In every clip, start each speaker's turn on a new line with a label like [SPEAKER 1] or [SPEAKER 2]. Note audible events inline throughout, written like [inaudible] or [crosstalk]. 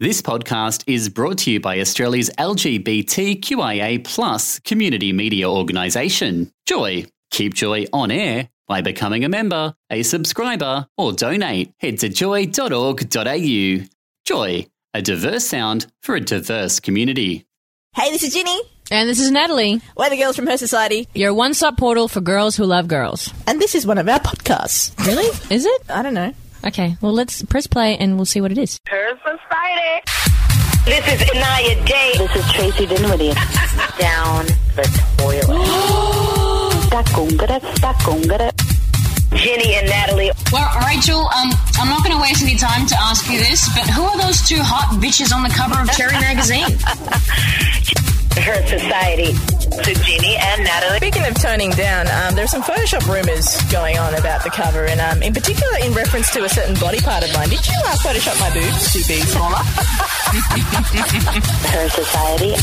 [SPEAKER 1] This podcast is brought to you by Australia's LGBTQIA plus community media organisation, Joy. Keep Joy on air by becoming a member, a subscriber, or donate. Head to joy.org.au. Joy, a diverse sound for a diverse community.
[SPEAKER 2] Hey, this is Ginny.
[SPEAKER 3] And this is Natalie,
[SPEAKER 2] We're the girls from Her Society,
[SPEAKER 3] your one stop portal for girls who love girls.
[SPEAKER 2] and this is one of our podcasts.
[SPEAKER 3] Really? Is it?
[SPEAKER 2] I don't know.
[SPEAKER 3] Okay, well, let's press play and we'll see what it is.
[SPEAKER 4] Her Society.
[SPEAKER 5] This is Anaya Day. This is Tracy Dinwiddie. Down the toilet. Dacungada, dacungada. Jenny and Natalie.
[SPEAKER 6] Well, Rachel, um, I'm not going to waste any time to ask you this, but who are those two hot bitches on the cover of Cherry magazine?
[SPEAKER 5] Her society. So Jenny and Natalie.
[SPEAKER 2] Speaking of toning down, um, there are some Photoshop rumours going on about the cover, and um, in particular in reference to a certain body part of mine. Did you uh, Photoshop my boobs to be smaller?
[SPEAKER 5] Her society.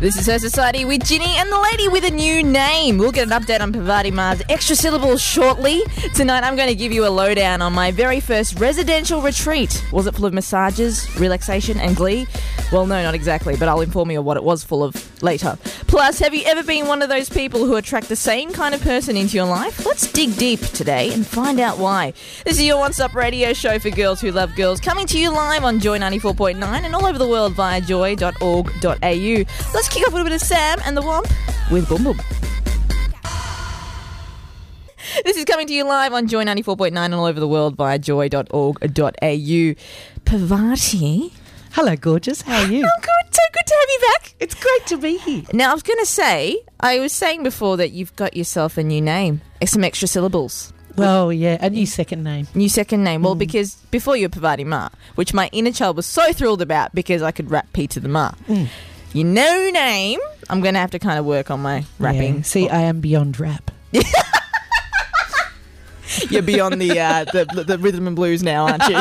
[SPEAKER 2] This is Her Society with Ginny and the lady with a new name. We'll get an update on Pavati Mars extra syllables shortly. Tonight I'm going to give you a lowdown on my very first residential retreat. Was it full of massages, relaxation, and glee? Well, no, not exactly, but I'll inform you of what it was full of later. Plus, have you ever been one of those people who attract the same kind of person into your life? Let's dig deep today and find out why. This is your one stop radio show for girls who love girls, coming to you live on Joy 94.9 and all over the world via joy.org.au. Let's kick off with a bit of Sam and the Womp with Boom Boom. This is coming to you live on Joy 94.9 and all over the world via joy.org.au. Pavati.
[SPEAKER 7] Hello, gorgeous. How are you?
[SPEAKER 2] Oh, good. So good to have you back.
[SPEAKER 7] [laughs] it's great to be here.
[SPEAKER 2] Now, I was going to say, I was saying before that you've got yourself a new name, some extra syllables.
[SPEAKER 7] Well, yeah, a new second name.
[SPEAKER 2] New second name. Well, because before you were Pavati Ma, which my inner child was so thrilled about because I could rap P to the Ma. Your new name, I'm going to have to kind of work on my rapping.
[SPEAKER 7] Yeah. See, I am beyond rap.
[SPEAKER 2] [laughs] You're beyond the, uh, the the rhythm and blues now, aren't [laughs] you?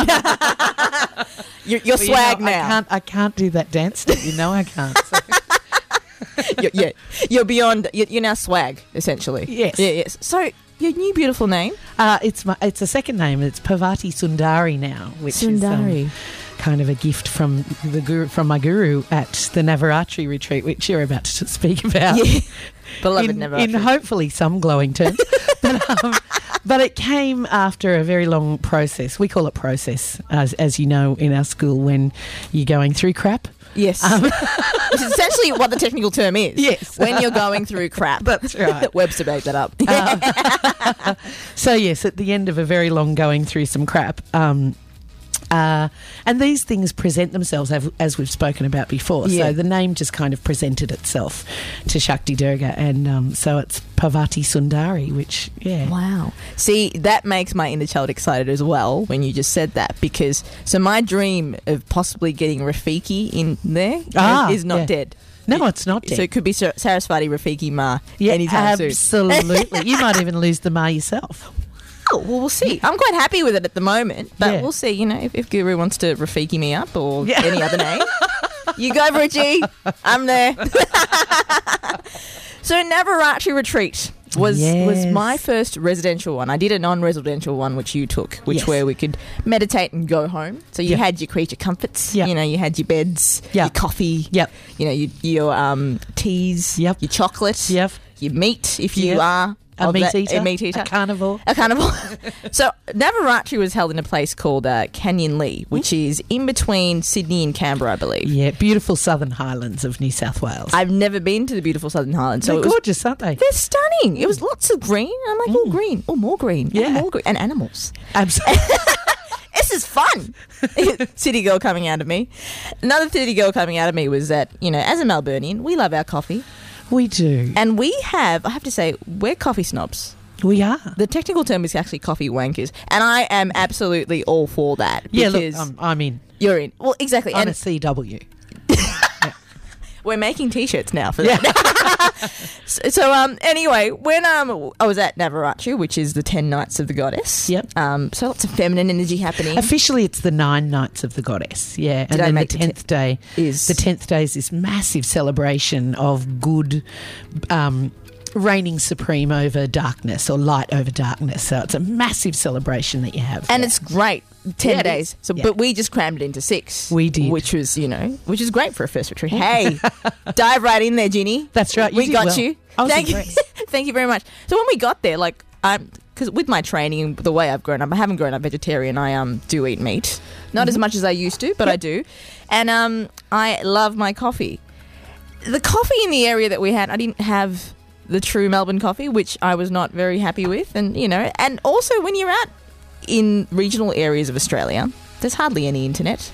[SPEAKER 2] you're you're
[SPEAKER 7] But, you know,
[SPEAKER 2] swag
[SPEAKER 7] I
[SPEAKER 2] now.
[SPEAKER 7] can't, I can't do that dance step. You know I can't. [laughs] So,
[SPEAKER 2] You're, yeah, [laughs] you're beyond. You're, you're now swag essentially.
[SPEAKER 7] Yes.
[SPEAKER 2] Yeah, yes. So your new beautiful name,
[SPEAKER 7] uh, it's my it's a second name. It's Parvati Sundari now, which is um, kind of a gift from the guru, from my guru at the Navaratri retreat, which you're about to speak about.
[SPEAKER 2] Yeah. beloved
[SPEAKER 7] in,
[SPEAKER 2] never.
[SPEAKER 7] in hopefully some
[SPEAKER 2] [laughs]
[SPEAKER 7] glowing terms. but, um, but it came after a very long process. We call it process, as, as you know, in our school when you're going through crap.
[SPEAKER 2] yes, [laughs]
[SPEAKER 7] [laughs]
[SPEAKER 2] which is Um, essentially what the technical term is.
[SPEAKER 7] Yes.
[SPEAKER 2] when you're going through crap.
[SPEAKER 7] [laughs] That's
[SPEAKER 2] [laughs]
[SPEAKER 7] right. Um,
[SPEAKER 2] Webster made that up.
[SPEAKER 7] So yes, at the end of a very long going through some crap. Um, uh, and these things present themselves av- as we've spoken about before.
[SPEAKER 2] Yeah.
[SPEAKER 7] So the name just kind of presented itself to Shakti Durga, and um, so it's Parvati Sundari, which
[SPEAKER 2] [laughs]
[SPEAKER 7] yeah,
[SPEAKER 2] Wow. See, that makes my inner child excited as well when you just said that because so my dream of possibly getting Rafiki in there
[SPEAKER 7] Ah,
[SPEAKER 2] is not
[SPEAKER 7] yeah.
[SPEAKER 2] dead.
[SPEAKER 7] no, it's not.
[SPEAKER 2] So
[SPEAKER 7] Dead.
[SPEAKER 2] it could be Sar- Sarasvati Rafiki Ma
[SPEAKER 7] Yeah,
[SPEAKER 2] anytime soon. [laughs]
[SPEAKER 7] absolutely. you might even lose the ma yourself.
[SPEAKER 2] Oh, well, we'll see. I'm quite happy with it at the moment, but
[SPEAKER 7] Yeah.
[SPEAKER 2] we'll see. You know, if, if Guru wants to Rafiki me up or any other name, you go, Bridgie. I'm there. [laughs] so Navaratri retreat was was
[SPEAKER 7] Yes.
[SPEAKER 2] my first residential one. I did a non-residential one, which you took, which
[SPEAKER 7] Yes.
[SPEAKER 2] where we could meditate and go home. So you
[SPEAKER 7] Yeah.
[SPEAKER 2] had your creature comforts.
[SPEAKER 7] Yeah.
[SPEAKER 2] You know, you had your beds,
[SPEAKER 7] Yeah.
[SPEAKER 2] your coffee.
[SPEAKER 7] Yep.
[SPEAKER 2] You know, your, your um, teas.
[SPEAKER 7] Yep.
[SPEAKER 2] Your chocolate.
[SPEAKER 7] Yep.
[SPEAKER 2] Your meat, if you
[SPEAKER 7] Yep.
[SPEAKER 2] are.
[SPEAKER 7] A
[SPEAKER 2] of
[SPEAKER 7] meat
[SPEAKER 2] that-
[SPEAKER 7] eater,
[SPEAKER 2] A meat eater.
[SPEAKER 7] a carnivore.
[SPEAKER 2] A carnival. [laughs] so Navaratri was held in a place called uh, Canyon Lee, which is in between Sydney and Canberra, I believe.
[SPEAKER 7] Hmm? Yeah, beautiful Southern Highlands of New South Wales.
[SPEAKER 2] I've never been to the beautiful Southern Highlands, so
[SPEAKER 7] They're
[SPEAKER 2] it was,
[SPEAKER 7] gorgeous,
[SPEAKER 2] [laughs]
[SPEAKER 7] aren't they?
[SPEAKER 2] they're stunning. It was lots of green. I'm like, oh, green, oh, more green, oh,
[SPEAKER 7] Hmm. Yeah.
[SPEAKER 2] more green, and animals.
[SPEAKER 7] Absolutely.
[SPEAKER 2] This is
[SPEAKER 7] [laughs]
[SPEAKER 2] fun. City girl coming out of me. Another city girl coming out of me was that you know, as a Melburnian, we love our coffee,
[SPEAKER 7] we do.
[SPEAKER 2] and we have. I have to say, we're coffee snobs.
[SPEAKER 7] We are.
[SPEAKER 2] The technical term is actually coffee wankers, and I am absolutely all for that.
[SPEAKER 7] Yeah, look,
[SPEAKER 2] because
[SPEAKER 7] um, I'm in.
[SPEAKER 2] You're in. Well, exactly.
[SPEAKER 7] I'm
[SPEAKER 2] And
[SPEAKER 7] a CW.
[SPEAKER 2] we're making t-shirts now for that. [laughs] so, so, um, anyway, when um, I was at Navaratri, which is the ten nights of the goddess.
[SPEAKER 7] Yep.
[SPEAKER 2] Um, so lots of feminine energy happening.
[SPEAKER 7] Officially, it's the nine nights of the goddess. Yeah, and
[SPEAKER 2] I
[SPEAKER 7] then
[SPEAKER 2] make
[SPEAKER 7] the
[SPEAKER 2] the
[SPEAKER 7] tenth day
[SPEAKER 2] is-
[SPEAKER 7] the tenth day is this massive celebration of good, um, reigning supreme over darkness or light over darkness. So it's a massive celebration that you have.
[SPEAKER 2] and it's great. Ten
[SPEAKER 7] Yeah.
[SPEAKER 2] days. So,
[SPEAKER 7] Yeah.
[SPEAKER 2] but we just crammed it into six.
[SPEAKER 7] We did.
[SPEAKER 2] which was you know, which is great for a first retreat. Hey,
[SPEAKER 7] [laughs]
[SPEAKER 2] dive right in there, Ginny.
[SPEAKER 7] That's right, you
[SPEAKER 2] we
[SPEAKER 7] did
[SPEAKER 2] got
[SPEAKER 7] well.
[SPEAKER 2] you.
[SPEAKER 7] I was
[SPEAKER 2] Thank you.
[SPEAKER 7] impressed.
[SPEAKER 2] [laughs] Thank you very much. So when we got there, like I'm. Because with my training, and the way I've grown up, I haven't grown up vegetarian. I um do eat meat, not
[SPEAKER 7] Mm-hmm.
[SPEAKER 2] as much as I used to, but I do, and um I love my coffee. The coffee in the area that we had, I didn't have the true Melbourne coffee, which I was not very happy with, and you know, and also when you're out in regional areas of Australia, there's hardly any internet,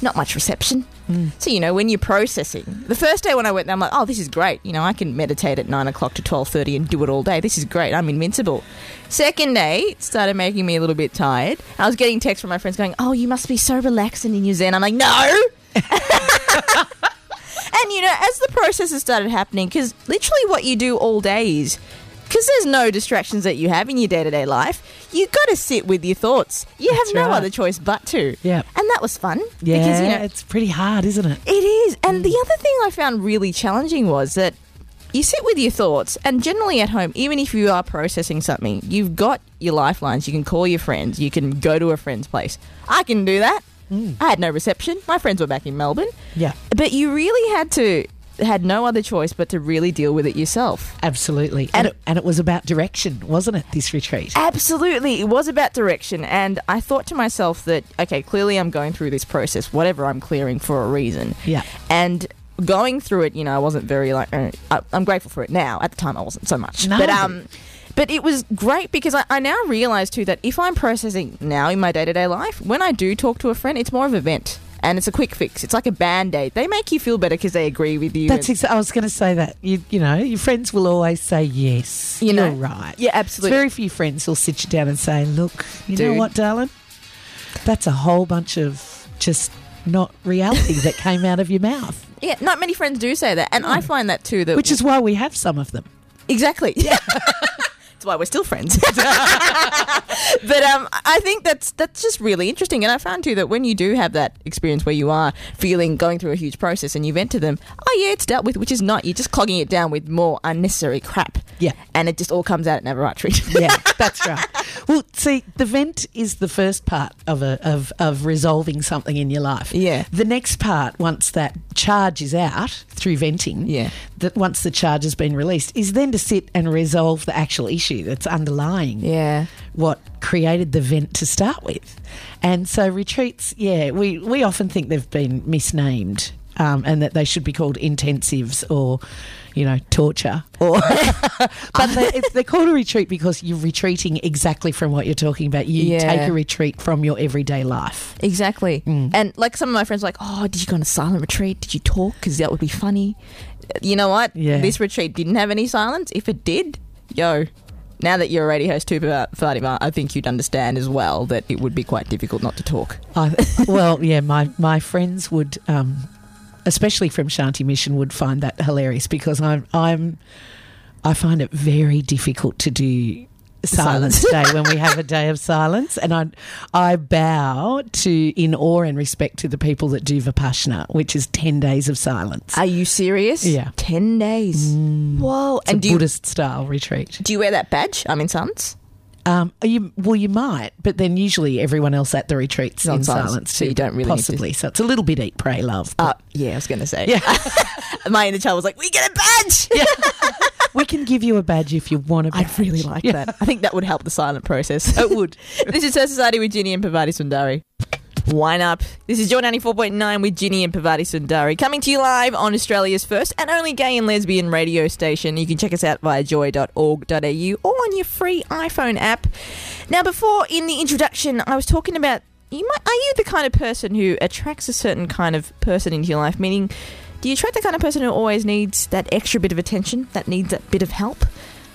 [SPEAKER 2] not much reception.
[SPEAKER 7] Hmm.
[SPEAKER 2] So, you know, when you're processing, the first day when I went there, I'm like, oh, this is great. You know, I can meditate at 9 o'clock to 12.30 and do it all day. This is great. I'm invincible. Second day, it started making me a little bit tired. I was getting texts from my friends going, oh, you must be so relaxed and in your zen. I'm like, no. [laughs] and, you know, as the processes started happening, because literally what you do all day is because there's no distractions that you have in your day to day life, you got to sit with your thoughts. You
[SPEAKER 7] That's
[SPEAKER 2] have no
[SPEAKER 7] right.
[SPEAKER 2] other choice but to.
[SPEAKER 7] Yep.
[SPEAKER 2] And that was fun.
[SPEAKER 7] yeah, Mm.
[SPEAKER 2] Because, you know,
[SPEAKER 7] it's pretty hard, isn't it?
[SPEAKER 2] it is. And the other thing I found really challenging was that you sit with your thoughts, and generally at home, even if you are processing something, you've got your lifelines. You can call your friends, you can go to a friend's place. I can do that. I had no reception. My friends were back in Melbourne.
[SPEAKER 7] Mm. Yeah.
[SPEAKER 2] But you really had to, had no other choice but to really deal with it yourself.
[SPEAKER 7] Absolutely.
[SPEAKER 2] And-
[SPEAKER 7] And, it, and it was about direction, wasn't it, this retreat?
[SPEAKER 2] Absolutely. It was about direction. And I thought to myself that, okay, clearly I'm going through this process, whatever I'm clearing for a reason.
[SPEAKER 7] Yeah.
[SPEAKER 2] And going through it, you know, I wasn't very like, uh, I- I'm grateful for it now. At the time, I wasn't so much.
[SPEAKER 7] No.
[SPEAKER 2] But, um, but it was great because I, I now realize too that if I'm processing now in my day to day life, when I do talk to a friend, it's more of a vent and it's a quick fix. It's like a band aid. They make you feel better because they agree with you.
[SPEAKER 7] That's
[SPEAKER 2] and-
[SPEAKER 7] exa- I was going to say that. You, you know, your friends will always say yes.
[SPEAKER 2] You know.
[SPEAKER 7] are right.
[SPEAKER 2] Yeah,
[SPEAKER 7] It's
[SPEAKER 2] absolutely.
[SPEAKER 7] very few friends who'll sit you down and say, "Look, you know
[SPEAKER 2] Dude.
[SPEAKER 7] what, darling? That's a whole bunch of just not reality that came out of your mouth."
[SPEAKER 2] yeah, not many friends do say that. And I find that too that
[SPEAKER 7] Which is why we have some of them.
[SPEAKER 2] Exactly. [laughs] That's why we're still [laughs] friends. but um, I think that's that's just really interesting, and I found too that when you do have that experience where you are feeling going through a huge process and you vent to them, oh yeah, it's dealt with, which is not. You're just clogging it down with more unnecessary crap.
[SPEAKER 7] Yeah.
[SPEAKER 2] and it just all comes out at Navaratri.
[SPEAKER 7] [laughs] Yeah, that's right. Well, see, the vent is the first part of a, of of resolving something in your life.
[SPEAKER 2] Yeah.
[SPEAKER 7] The next part, once that charge is out through venting,
[SPEAKER 2] Yeah.
[SPEAKER 7] that once the charge has been released, is then to sit and resolve the actual issue that's
[SPEAKER 2] [laughs]
[SPEAKER 7] underlying.
[SPEAKER 2] yeah.
[SPEAKER 7] what created the vent to start with. And so retreats, yeah, we, we often think they've been misnamed um, and that they should be called intensives or, you know, torture. Or [laughs] but they, it's, they're called a retreat because you're retreating exactly from what you're talking about. You
[SPEAKER 2] Yeah.
[SPEAKER 7] take a retreat from your everyday life.
[SPEAKER 2] Exactly.
[SPEAKER 7] Mm.
[SPEAKER 2] And like some of my friends were like, oh, did you go on a silent retreat? Did you talk? Because that would be funny. Uh, You know what?
[SPEAKER 7] Yeah.
[SPEAKER 2] This retreat didn't have any silence. If it did, yo, now that you're a radio host too, Fa- Fatima, I think you'd understand as well that it would be quite difficult not to talk.
[SPEAKER 7] I,
[SPEAKER 2] [laughs]
[SPEAKER 7] well, yeah, my, my friends would, um, especially from Shanti Mission, would find that hilarious because I'm I'm I find it very difficult to do silence day when we
[SPEAKER 2] [laughs]
[SPEAKER 7] have a day of silence, and I I bow to in awe and respect to the people that do vipassana, which is ten days of silence.
[SPEAKER 2] Are you serious?
[SPEAKER 7] Yeah. Mm.
[SPEAKER 2] 10 days. Whoa.
[SPEAKER 7] It's a
[SPEAKER 2] and do you,
[SPEAKER 7] Buddhist style retreat.
[SPEAKER 2] do you wear that badge? I'm in silence.
[SPEAKER 7] Um, are you, well, you might, but then usually everyone else at the retreats
[SPEAKER 2] on
[SPEAKER 7] in
[SPEAKER 2] silence,
[SPEAKER 7] silence
[SPEAKER 2] so
[SPEAKER 7] too.
[SPEAKER 2] you don't really need to-
[SPEAKER 7] possibly. So it's a little bit eat, pray, love. but-
[SPEAKER 2] Uh, yeah, I was going to say. Yeah. [laughs] My inner child was like, we get a badge.
[SPEAKER 7] We can give you a badge if you want a badge.
[SPEAKER 2] I'd really like
[SPEAKER 7] Yeah.
[SPEAKER 2] that. I think that would help the silent process.
[SPEAKER 7] It would.
[SPEAKER 2] [laughs] this is Her Society with Ginny and Pavati Sundari. Wine up. This is your 94.9 with Ginny and Pavati Sundari, coming to you live on Australia's first and only gay and lesbian radio station. You can check us out via joy.org.au or on your free iPhone app. Now, before in the introduction, I was talking about you might, are you the kind of person who attracts a certain kind of person into your life? Meaning, do you attract the kind of person who always needs that extra bit of attention, that needs that bit of help?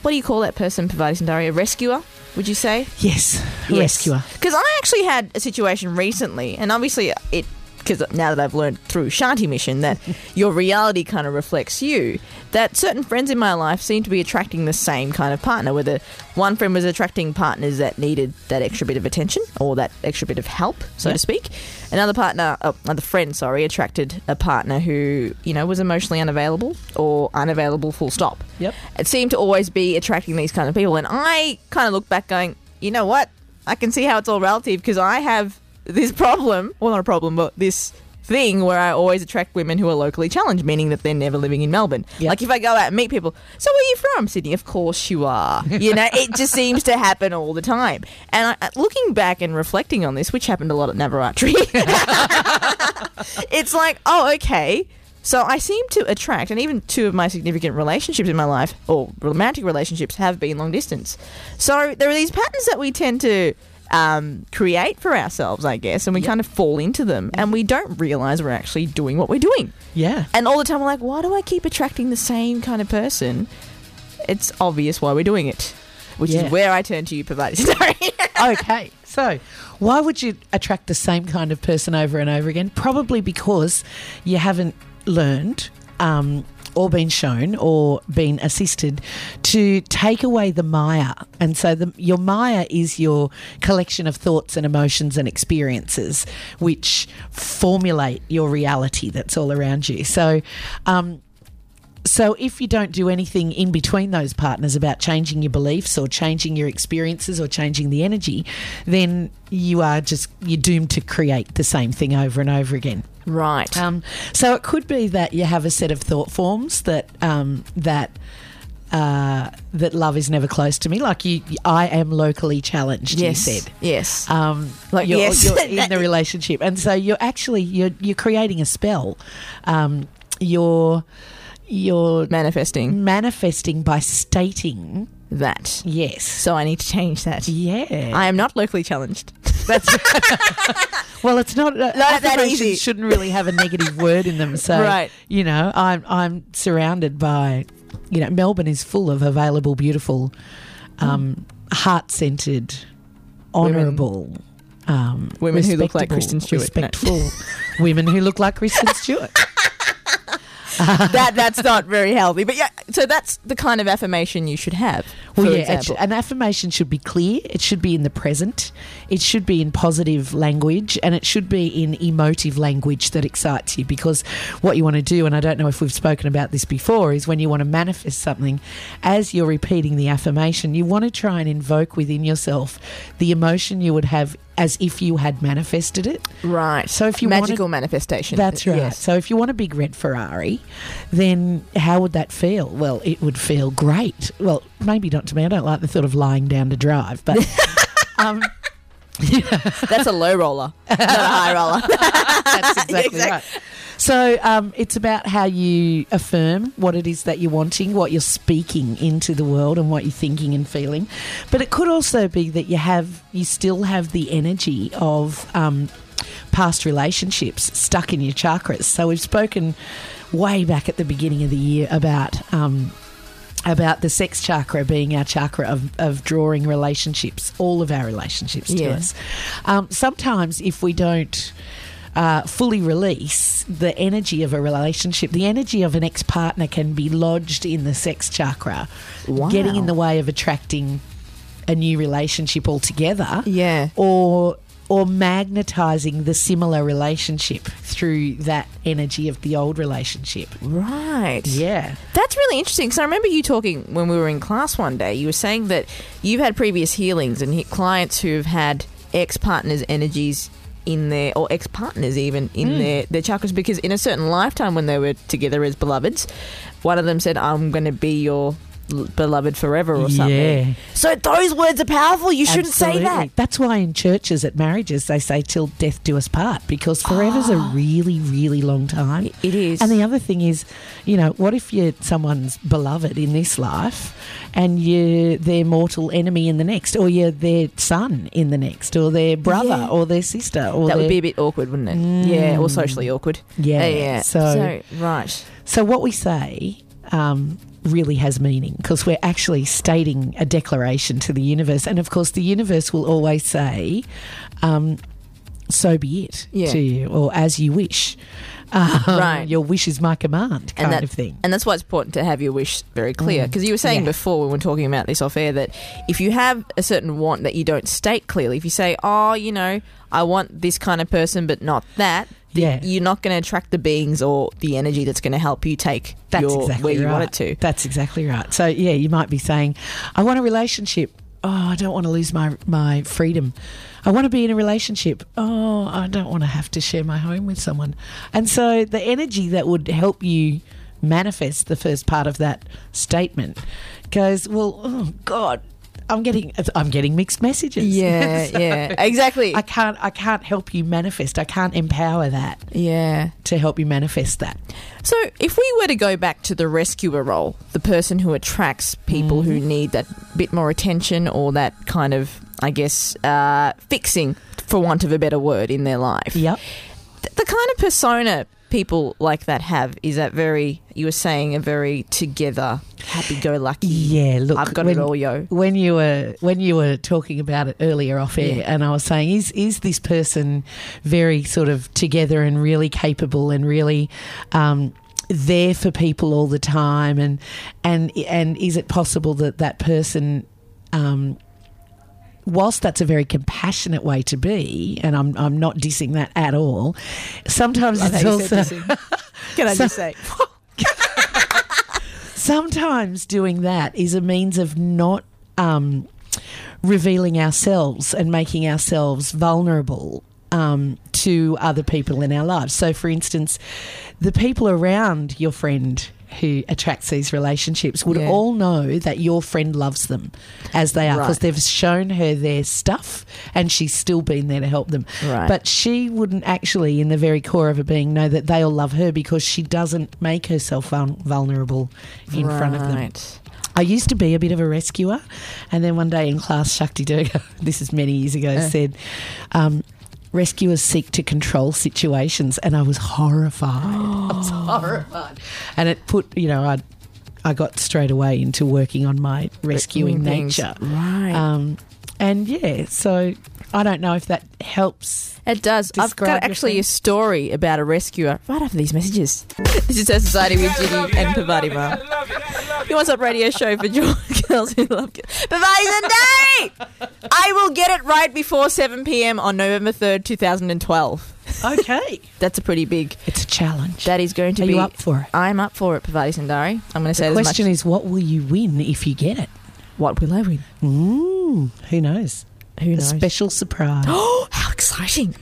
[SPEAKER 2] What do you call that person, Pavati Sundari? A rescuer, would you say?
[SPEAKER 7] [laughs] Yes. Rescuer.
[SPEAKER 2] Because I actually had a situation recently, and obviously
[SPEAKER 7] [laughs]
[SPEAKER 2] it because now that I've learned through Shanti Mission that your reality kind of reflects you. that certain friends in my life seem to be attracting the same kind of partner. Whether one friend was attracting partners that needed that extra bit of attention or that extra bit of help, so to speak, another partner, oh, another friend, sorry, attracted a partner who you know was emotionally unavailable or unavailable. Full stop.
[SPEAKER 7] Yep.
[SPEAKER 2] It seemed to always be attracting these kind of people, and I kind of look back, going, you know what? I can see how it's all relative because I have this problem. Well, not a problem, but this thing where I always attract women who are locally challenged, meaning that they're never living in Melbourne.
[SPEAKER 7] Yep.
[SPEAKER 2] Like if I go out and meet people, so where are you from? Sydney. Of course you are. You know, it just seems to happen all the time. And I, looking back and reflecting on this, which happened a lot at Navaratri, it's like, oh, okay. So I seem to attract, and even two of my significant relationships in my life, or romantic relationships, have been long distance. So there are these patterns that we tend to um, create for ourselves, I guess, and we kind of fall into them, and we don't realize we're actually doing what we're doing.
[SPEAKER 7] Yeah.
[SPEAKER 2] And all the time, we're like, why do I keep attracting the same kind of person? It's obvious why we're doing it, which
[SPEAKER 7] Yeah.
[SPEAKER 2] is where I turn to you, Pavati. [laughs] Sorry.
[SPEAKER 7] okay. So, why would you attract the same kind of person over and over again? Probably because you haven't learned um, or been shown or been assisted to take away the Maya. And so, the, your Maya is your collection of thoughts and emotions and experiences which formulate your reality that's all around you. So, um, so, if you don't do anything in between those partners about changing your beliefs or changing your experiences or changing the energy, then you are just, you're doomed to create the same thing over and over again.
[SPEAKER 2] right.
[SPEAKER 7] Um, so it could be that you have a set of thought forms that um, that uh, that love is never close to me. Like you, I am locally challenged.
[SPEAKER 2] yes.
[SPEAKER 7] You said
[SPEAKER 2] Yes.
[SPEAKER 7] um, like you're,
[SPEAKER 2] yes.
[SPEAKER 7] you're
[SPEAKER 2] [laughs]
[SPEAKER 7] in the relationship, and so you're actually you're you're creating a spell. Um, you're you're
[SPEAKER 2] Manifesting
[SPEAKER 7] manifesting by stating
[SPEAKER 2] that.
[SPEAKER 7] yes.
[SPEAKER 2] So I need to change that.
[SPEAKER 7] Yeah.
[SPEAKER 2] I am not locally
[SPEAKER 7] [laughs]
[SPEAKER 2] challenged.
[SPEAKER 7] well, it's not. Uh,
[SPEAKER 2] that
[SPEAKER 7] affirmations
[SPEAKER 2] easy.
[SPEAKER 7] Shouldn't really have
[SPEAKER 2] [laughs]
[SPEAKER 7] a negative word in them. So,
[SPEAKER 2] Right.
[SPEAKER 7] you know, I'm I'm surrounded by, you know, Melbourne is full of available, beautiful,
[SPEAKER 2] Hmm.
[SPEAKER 7] um, heart centered, honourable. Um,
[SPEAKER 2] Women who look like
[SPEAKER 7] respectable-
[SPEAKER 2] Kristen Stewart. No.
[SPEAKER 7] Respectful women who look
[SPEAKER 2] [laughs]
[SPEAKER 7] like Kristen Stewart.
[SPEAKER 2] that that's not very healthy. But yeah, so that's the kind of affirmation you should have. For
[SPEAKER 7] Well, yeah, it sh-
[SPEAKER 2] example.
[SPEAKER 7] an affirmation should be clear. It should be in the present. It should be in positive language, and it should be in emotive language that excites you. Because what you want to do, and I don't know if we've spoken about this before, is when you want to manifest something, as you're repeating the affirmation, you want to try and invoke within yourself the emotion you would have as if you had manifested it.
[SPEAKER 2] right.
[SPEAKER 7] So if you wanted-
[SPEAKER 2] magical manifestation.
[SPEAKER 7] That's right.
[SPEAKER 2] Yes.
[SPEAKER 7] So if you want a big red Ferrari, then how would that feel? Well, it would feel great. Well, maybe not to me. I don't like the thought of lying down to drive, but [laughs] um,
[SPEAKER 2] That's a low roller, not a high
[SPEAKER 7] [laughs]
[SPEAKER 2] roller. [laughs]
[SPEAKER 7] that's exactly right. So um, it's about how you affirm what it is that you're wanting, what you're speaking into the world, and what you're thinking and feeling. But it could also be that you have, you still have the energy of um, past relationships stuck in your chakras. So we've spoken way back at the beginning of the year about. Um, about the sex chakra being our chakra of, of drawing relationships, all of our relationships to
[SPEAKER 2] Yeah.
[SPEAKER 7] us. Um, sometimes, if we don't uh, fully release the energy of a relationship, the energy of an ex partner can be lodged in the sex chakra,
[SPEAKER 2] Wow.
[SPEAKER 7] getting in the way of attracting a new relationship altogether
[SPEAKER 2] Yeah.
[SPEAKER 7] or or magnetizing the similar relationship through that energy of the old relationship.
[SPEAKER 2] right.
[SPEAKER 7] Yeah.
[SPEAKER 2] That's really interesting because I remember you talking when we were in class one day. You were saying that you've had previous healings and he- clients who've had ex partners' energies in their, or ex partners even, in
[SPEAKER 7] Hmm.
[SPEAKER 2] their, their chakras because in a certain lifetime when they were together as beloveds, one of them said, I'm going to be your l- beloved forever or something.
[SPEAKER 7] Yeah.
[SPEAKER 2] So those words are powerful. You shouldn't say that.
[SPEAKER 7] Absolutely. That's why in churches at marriages they say till death do us part because forever's a really, really long time.
[SPEAKER 2] Ah. It is.
[SPEAKER 7] And the other thing is, you know, what if you're someone's beloved in this life and you're their mortal enemy in the next, or you're their son in the next, or their brother
[SPEAKER 2] Yeah.
[SPEAKER 7] or their sister or
[SPEAKER 2] That would
[SPEAKER 7] their-
[SPEAKER 2] be a bit awkward, wouldn't it? Yeah, or socially awkward.
[SPEAKER 7] Hmm. Yeah,
[SPEAKER 2] yeah.
[SPEAKER 7] so-
[SPEAKER 2] so right.
[SPEAKER 7] So what we say um, really has meaning because we're actually stating a declaration to the universe, and of course, the universe will always say, um, so be it
[SPEAKER 2] Yeah.
[SPEAKER 7] to you, or as you wish. [laughs] Um,
[SPEAKER 2] Right.
[SPEAKER 7] Your wish is my command, kind
[SPEAKER 2] and that,
[SPEAKER 7] of thing. Mm.
[SPEAKER 2] And that's why it's important to have your wish very clear. Because you were saying
[SPEAKER 7] Yeah.
[SPEAKER 2] before when we were talking about this off air that if you have a certain want that you don't state clearly, if you say, "Oh, you know, I want this kind of person, but not that," th-
[SPEAKER 7] Yeah.
[SPEAKER 2] you're not going to attract the beings or the energy that's going to help you take
[SPEAKER 7] That's
[SPEAKER 2] your,
[SPEAKER 7] exactly
[SPEAKER 2] where you
[SPEAKER 7] right.
[SPEAKER 2] want it to.
[SPEAKER 7] That's exactly right. So yeah, you might be saying, "I want a relationship. Oh, I don't want to lose my my freedom. I want to be in a relationship. Oh, I don't want to have to share my home with someone." And so the energy that would help you manifest the first part of that statement goes, "Well, oh God." I'm getting I'm getting mixed messages.
[SPEAKER 2] Yeah,
[SPEAKER 7] [laughs] So
[SPEAKER 2] yeah, exactly.
[SPEAKER 7] I can't I can't help you manifest. I can't empower that
[SPEAKER 2] yeah.
[SPEAKER 7] to help you manifest that.
[SPEAKER 2] So, if we were to go back to the rescuer role, the person who attracts people
[SPEAKER 7] Mm.
[SPEAKER 2] who need that bit more attention or that kind of, I guess, uh, fixing, for want of a better word, in their life.
[SPEAKER 7] Yep.
[SPEAKER 2] Th- The kind of persona people like that have is that very, you were saying, a very together, happy go lucky.
[SPEAKER 7] Yeah, look,
[SPEAKER 2] I've got it all, yo.
[SPEAKER 7] When you were when you were talking about it earlier off air,
[SPEAKER 2] Yeah.
[SPEAKER 7] and I was saying, is is this person very sort of together and really capable and really um, there for people all the time, and and and is it possible that that person um, whilst that's a very compassionate way to be, and I'm I'm not dissing that at all, sometimes it's
[SPEAKER 2] how you said
[SPEAKER 7] also
[SPEAKER 2] [laughs] Can I
[SPEAKER 7] So-
[SPEAKER 2] just say?
[SPEAKER 7] sometimes doing that is a means of not um, revealing ourselves and making ourselves vulnerable um, to other people in our lives. So, for instance, the people around your friend who attracts these relationships would
[SPEAKER 2] Yeah.
[SPEAKER 7] all know that your friend loves them as they are because
[SPEAKER 2] Right.
[SPEAKER 7] they've shown her their stuff and she's still been there to help them.
[SPEAKER 2] Right.
[SPEAKER 7] But she wouldn't actually, in the very core of her being, know that they all love her because she doesn't make herself vul- vulnerable in front of them.
[SPEAKER 2] Right.
[SPEAKER 7] I used to be a bit of a rescuer, and then one day in class, Shakti Durga, [laughs] this is many years
[SPEAKER 2] Uh.
[SPEAKER 7] ago, said, um, Rescuers seek to control situations, and I was horrified.
[SPEAKER 2] [gasps]
[SPEAKER 7] I was horrified. And it put, you know, I, I got straight away into working on my rescuing
[SPEAKER 2] things.
[SPEAKER 7] nature.
[SPEAKER 2] Mm, Right.
[SPEAKER 7] Um, and yeah, so I don't know if that helps
[SPEAKER 2] It does. I've
[SPEAKER 7] Describe
[SPEAKER 2] got
[SPEAKER 7] your
[SPEAKER 2] actually
[SPEAKER 7] friend.
[SPEAKER 2] a story about a rescuer right after these messages. [laughs] this is Her Society with Ginny and Pavati Ma. Your What's Up radio show for [laughs] your girls who love girls. Pavati's a day! I will get it right before 7 p.m. on November 3rd, 2012.
[SPEAKER 7] Okay.
[SPEAKER 2] That's a pretty big.
[SPEAKER 7] It's a challenge.
[SPEAKER 2] That is going to
[SPEAKER 7] Are
[SPEAKER 2] be.
[SPEAKER 7] you up for it?
[SPEAKER 2] I'm up for it, Pavati Sundari. I'm going to say
[SPEAKER 7] the
[SPEAKER 2] it as much.
[SPEAKER 7] question is, what will you win if you get it?
[SPEAKER 2] what will I win?
[SPEAKER 7] Mm, who knows?
[SPEAKER 2] Who
[SPEAKER 7] A
[SPEAKER 2] knows? [gasps]
[SPEAKER 7] special [gasps] surprise.
[SPEAKER 2] Oh, how [laughs] exciting!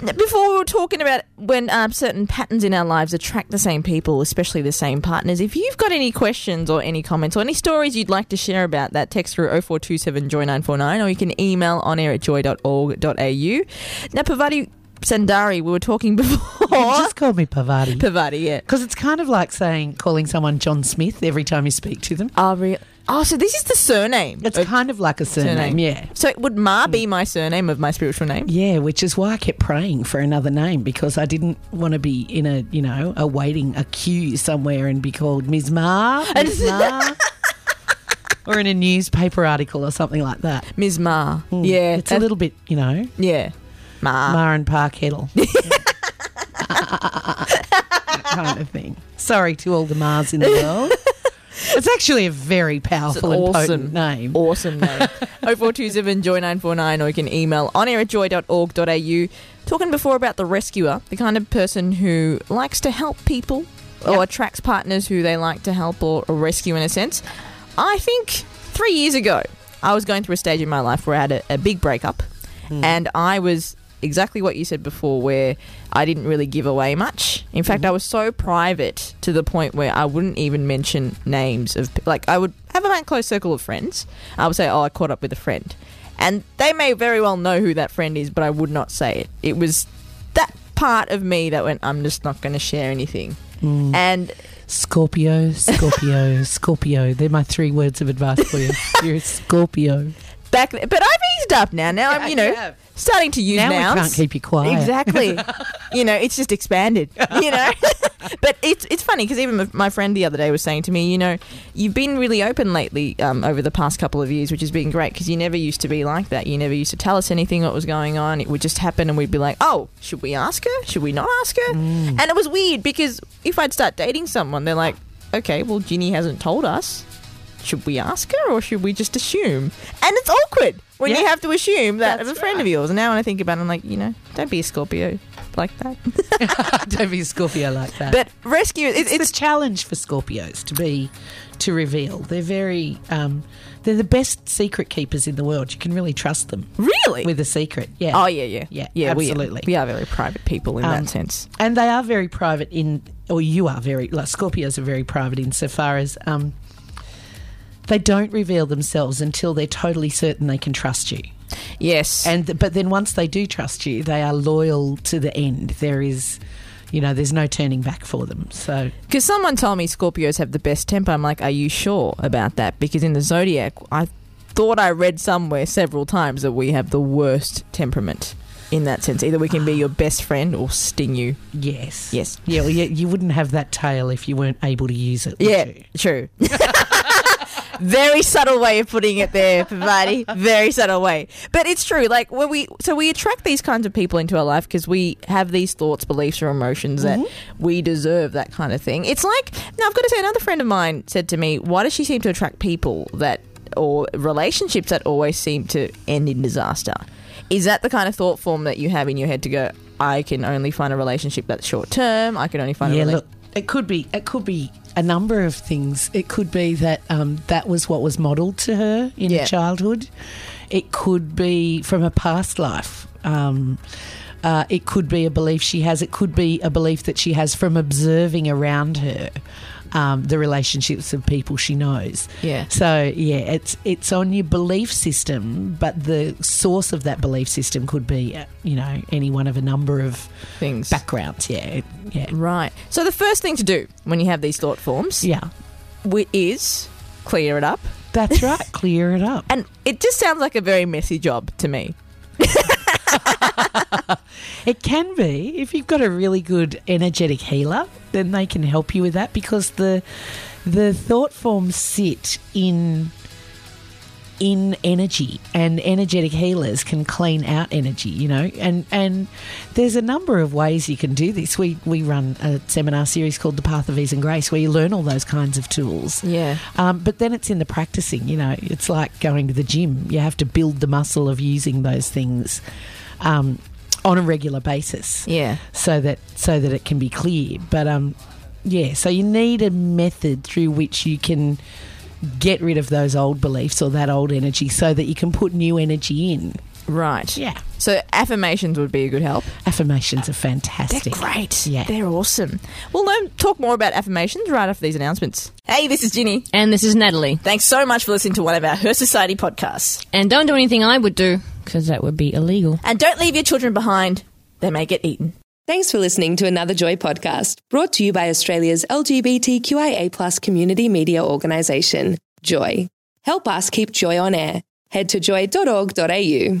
[SPEAKER 2] Before we were talking about when um, certain patterns in our lives attract the same people, especially the same partners. If you've got any questions or any comments or any stories you'd like to share about that, text through 0427 Joy 949 or you can email on air at joy.org.au. Now, Pavati Sandari, we were talking [laughs] before.
[SPEAKER 7] [laughs] Just call me Pavati.
[SPEAKER 2] Pavati, yeah.
[SPEAKER 7] Because it's kind of like saying calling someone John Smith every time you speak to them.
[SPEAKER 2] Oh, re- oh, so this is the surname.
[SPEAKER 7] It's
[SPEAKER 2] of
[SPEAKER 7] kind of like a surname, yeah.
[SPEAKER 2] So would Ma be my surname of my spiritual name?
[SPEAKER 7] Yeah, which is why I kept praying for another name because I didn't want to be in a, you know, awaiting a queue somewhere and be called Ms. Ma, Ms.
[SPEAKER 2] [laughs]
[SPEAKER 7] Ma, or in a newspaper article or something like that.
[SPEAKER 2] Ms. Ma. Yeah.
[SPEAKER 7] Hmm. It's a
[SPEAKER 2] that's-
[SPEAKER 7] little bit, you know,
[SPEAKER 2] Yeah. Ma.
[SPEAKER 7] Ma and Pa
[SPEAKER 2] [laughs]
[SPEAKER 7] Kettle. That kind of thing. Sorry to all the Mars in the world. It's actually a very powerful and potent name.
[SPEAKER 2] Awesome
[SPEAKER 7] [laughs]
[SPEAKER 2] name. 0427 Joy 949, or you can email on air at joy.org.au. Talking before about the rescuer, the kind of person who likes to help people or attracts partners who they like to help or, or rescue in a sense. I think three years ago, I was going through a stage in my life where I had a, a big breakup, and I was exactly what you said before, where I didn't really give away much. In fact, I was so private to the point where I wouldn't even mention names of, like, I would have a close circle of friends. I would say, "Oh, I caught up with a friend," and they may very well know who that friend is, but I would not say it. It was that part of me that went, "I'm just not going to share anything," and
[SPEAKER 7] Scorpio,
[SPEAKER 2] [laughs] [laughs]
[SPEAKER 7] Scorpio, Scorpio. [laughs] They're my three words of advice for you. You're a Scorpio.
[SPEAKER 2] back. But I've eased up now. Now I'm, you know,
[SPEAKER 7] you have.
[SPEAKER 2] starting to use
[SPEAKER 7] Now we
[SPEAKER 2] nouns.
[SPEAKER 7] can't keep you quiet. [laughs]
[SPEAKER 2] Exactly. you know, it's just expanded. You know, [laughs] but it's it's funny because even my friend the other day was saying to me, you know, you've been really open lately um, over the past couple of years, which has been great because you never used to be like that. You never used to tell us anything what was going on. It would just happen, and we'd be like, oh, should we ask her? Should we not ask her?
[SPEAKER 7] Mm.
[SPEAKER 2] And it was weird because if I'd start dating someone, they're like, okay, well, Ginny hasn't told us. Should we ask her or should we just assume? And it's awkward when you
[SPEAKER 7] Yeah.
[SPEAKER 2] have to assume that of a
[SPEAKER 7] That's
[SPEAKER 2] friend of yours. And now when I think about it, I'm like, you know, don't be a Scorpio like
[SPEAKER 7] [laughs]
[SPEAKER 2] that.
[SPEAKER 7] Don't be a Scorpio like that.
[SPEAKER 2] but rescue, it,
[SPEAKER 7] it's
[SPEAKER 2] it's
[SPEAKER 7] a challenge for Scorpios to be to reveal. They're very um, they're the best secret keepers in the world. You can really trust them
[SPEAKER 2] really.
[SPEAKER 7] with a secret. Yeah.
[SPEAKER 2] oh, yeah, yeah.
[SPEAKER 7] Yeah,
[SPEAKER 2] we are-
[SPEAKER 7] absolutely.
[SPEAKER 2] We are, very private people in
[SPEAKER 7] Um,
[SPEAKER 2] that sense.
[SPEAKER 7] And they are very private in, or you are very, like Scorpios are very private insofar as um, they don't reveal themselves until they're totally certain they can trust you.
[SPEAKER 2] Yes.
[SPEAKER 7] And th- but then once they do trust you, they are loyal to the end. There is, you know, there's no turning back for them. So
[SPEAKER 2] Because someone told me Scorpios have the best temper. I'm like, are you sure about that? Because in the zodiac, I thought I read somewhere several times that we have the worst temperament in that sense. Either we can be your best friend or sting you.
[SPEAKER 7] yes,
[SPEAKER 2] Yes.
[SPEAKER 7] yeah, well, yeah. You wouldn't have that tail if you weren't able to use it. would
[SPEAKER 2] Yeah,
[SPEAKER 7] you?
[SPEAKER 2] true. [laughs] Very subtle way of putting it there, Pavati. Very subtle way. But it's true. Like when we so we attract these kinds of people into our life because we have these thoughts, beliefs or emotions that
[SPEAKER 7] Mm-hmm.
[SPEAKER 2] we deserve that kind of thing. It's like now I've got to say another friend of mine said to me, Why does she seem to attract people that or relationships that always seem to end in disaster? Is that the kind of thought form that you have in your head to go, I can only find a relationship that's short term, I can only find a
[SPEAKER 7] Yeah,
[SPEAKER 2] relationship
[SPEAKER 7] look, it could be it could be a number of things. It could be that um, that was what was modelled to her in
[SPEAKER 2] Yeah.
[SPEAKER 7] childhood. It could be from a past life. Um, uh, it could be a belief she has. It could be a belief that she has from observing around her um, the relationships of people she knows.
[SPEAKER 2] Yeah.
[SPEAKER 7] So yeah, it's it's on your belief system, but the source of that belief system could be uh, you know any one of a number of
[SPEAKER 2] things.
[SPEAKER 7] backgrounds. Yeah. it- Yeah.
[SPEAKER 2] Right. So the first thing to do when you have these thought forms
[SPEAKER 7] Yeah.
[SPEAKER 2] wi- is clear it up.
[SPEAKER 7] That's right. Clear it up.
[SPEAKER 2] And it just sounds like a very messy job to me.
[SPEAKER 7] It can be if you've got a really good energetic healer, then they can help you with that because the the thought forms sit in in energy and energetic healers can clean out energy you know and and there's a number of ways you can do this we we run a seminar series called the path of ease and grace where you learn all those kinds of tools
[SPEAKER 2] Yeah.
[SPEAKER 7] um, but then it's in the practicing, you know, it's like going to the gym. You have to build the muscle of using those things um, on a regular basis
[SPEAKER 2] Yeah.
[SPEAKER 7] so that so that it can be clear. But um, yeah, so you need a method through which you can get rid of those old beliefs or that old energy so that you can put new energy in.
[SPEAKER 2] Right.
[SPEAKER 7] Yeah.
[SPEAKER 2] So affirmations would be a good help.
[SPEAKER 7] Affirmations are fantastic.
[SPEAKER 2] great.
[SPEAKER 7] Yeah.
[SPEAKER 2] They're awesome. We'll learn, talk more about affirmations right after these announcements. Hey, this is Ginny.
[SPEAKER 3] And this is Natalie.
[SPEAKER 2] Thanks so much for listening to one of our Her Society podcasts.
[SPEAKER 3] And don't do anything I would do, because that would be illegal.
[SPEAKER 2] And don't leave your children behind. They may get eaten.
[SPEAKER 4] Thanks for listening to another Joy podcast brought to you by Australia's LGBTQIA community media organisation, Joy. Help us keep Joy on air. Head to joy.org.au.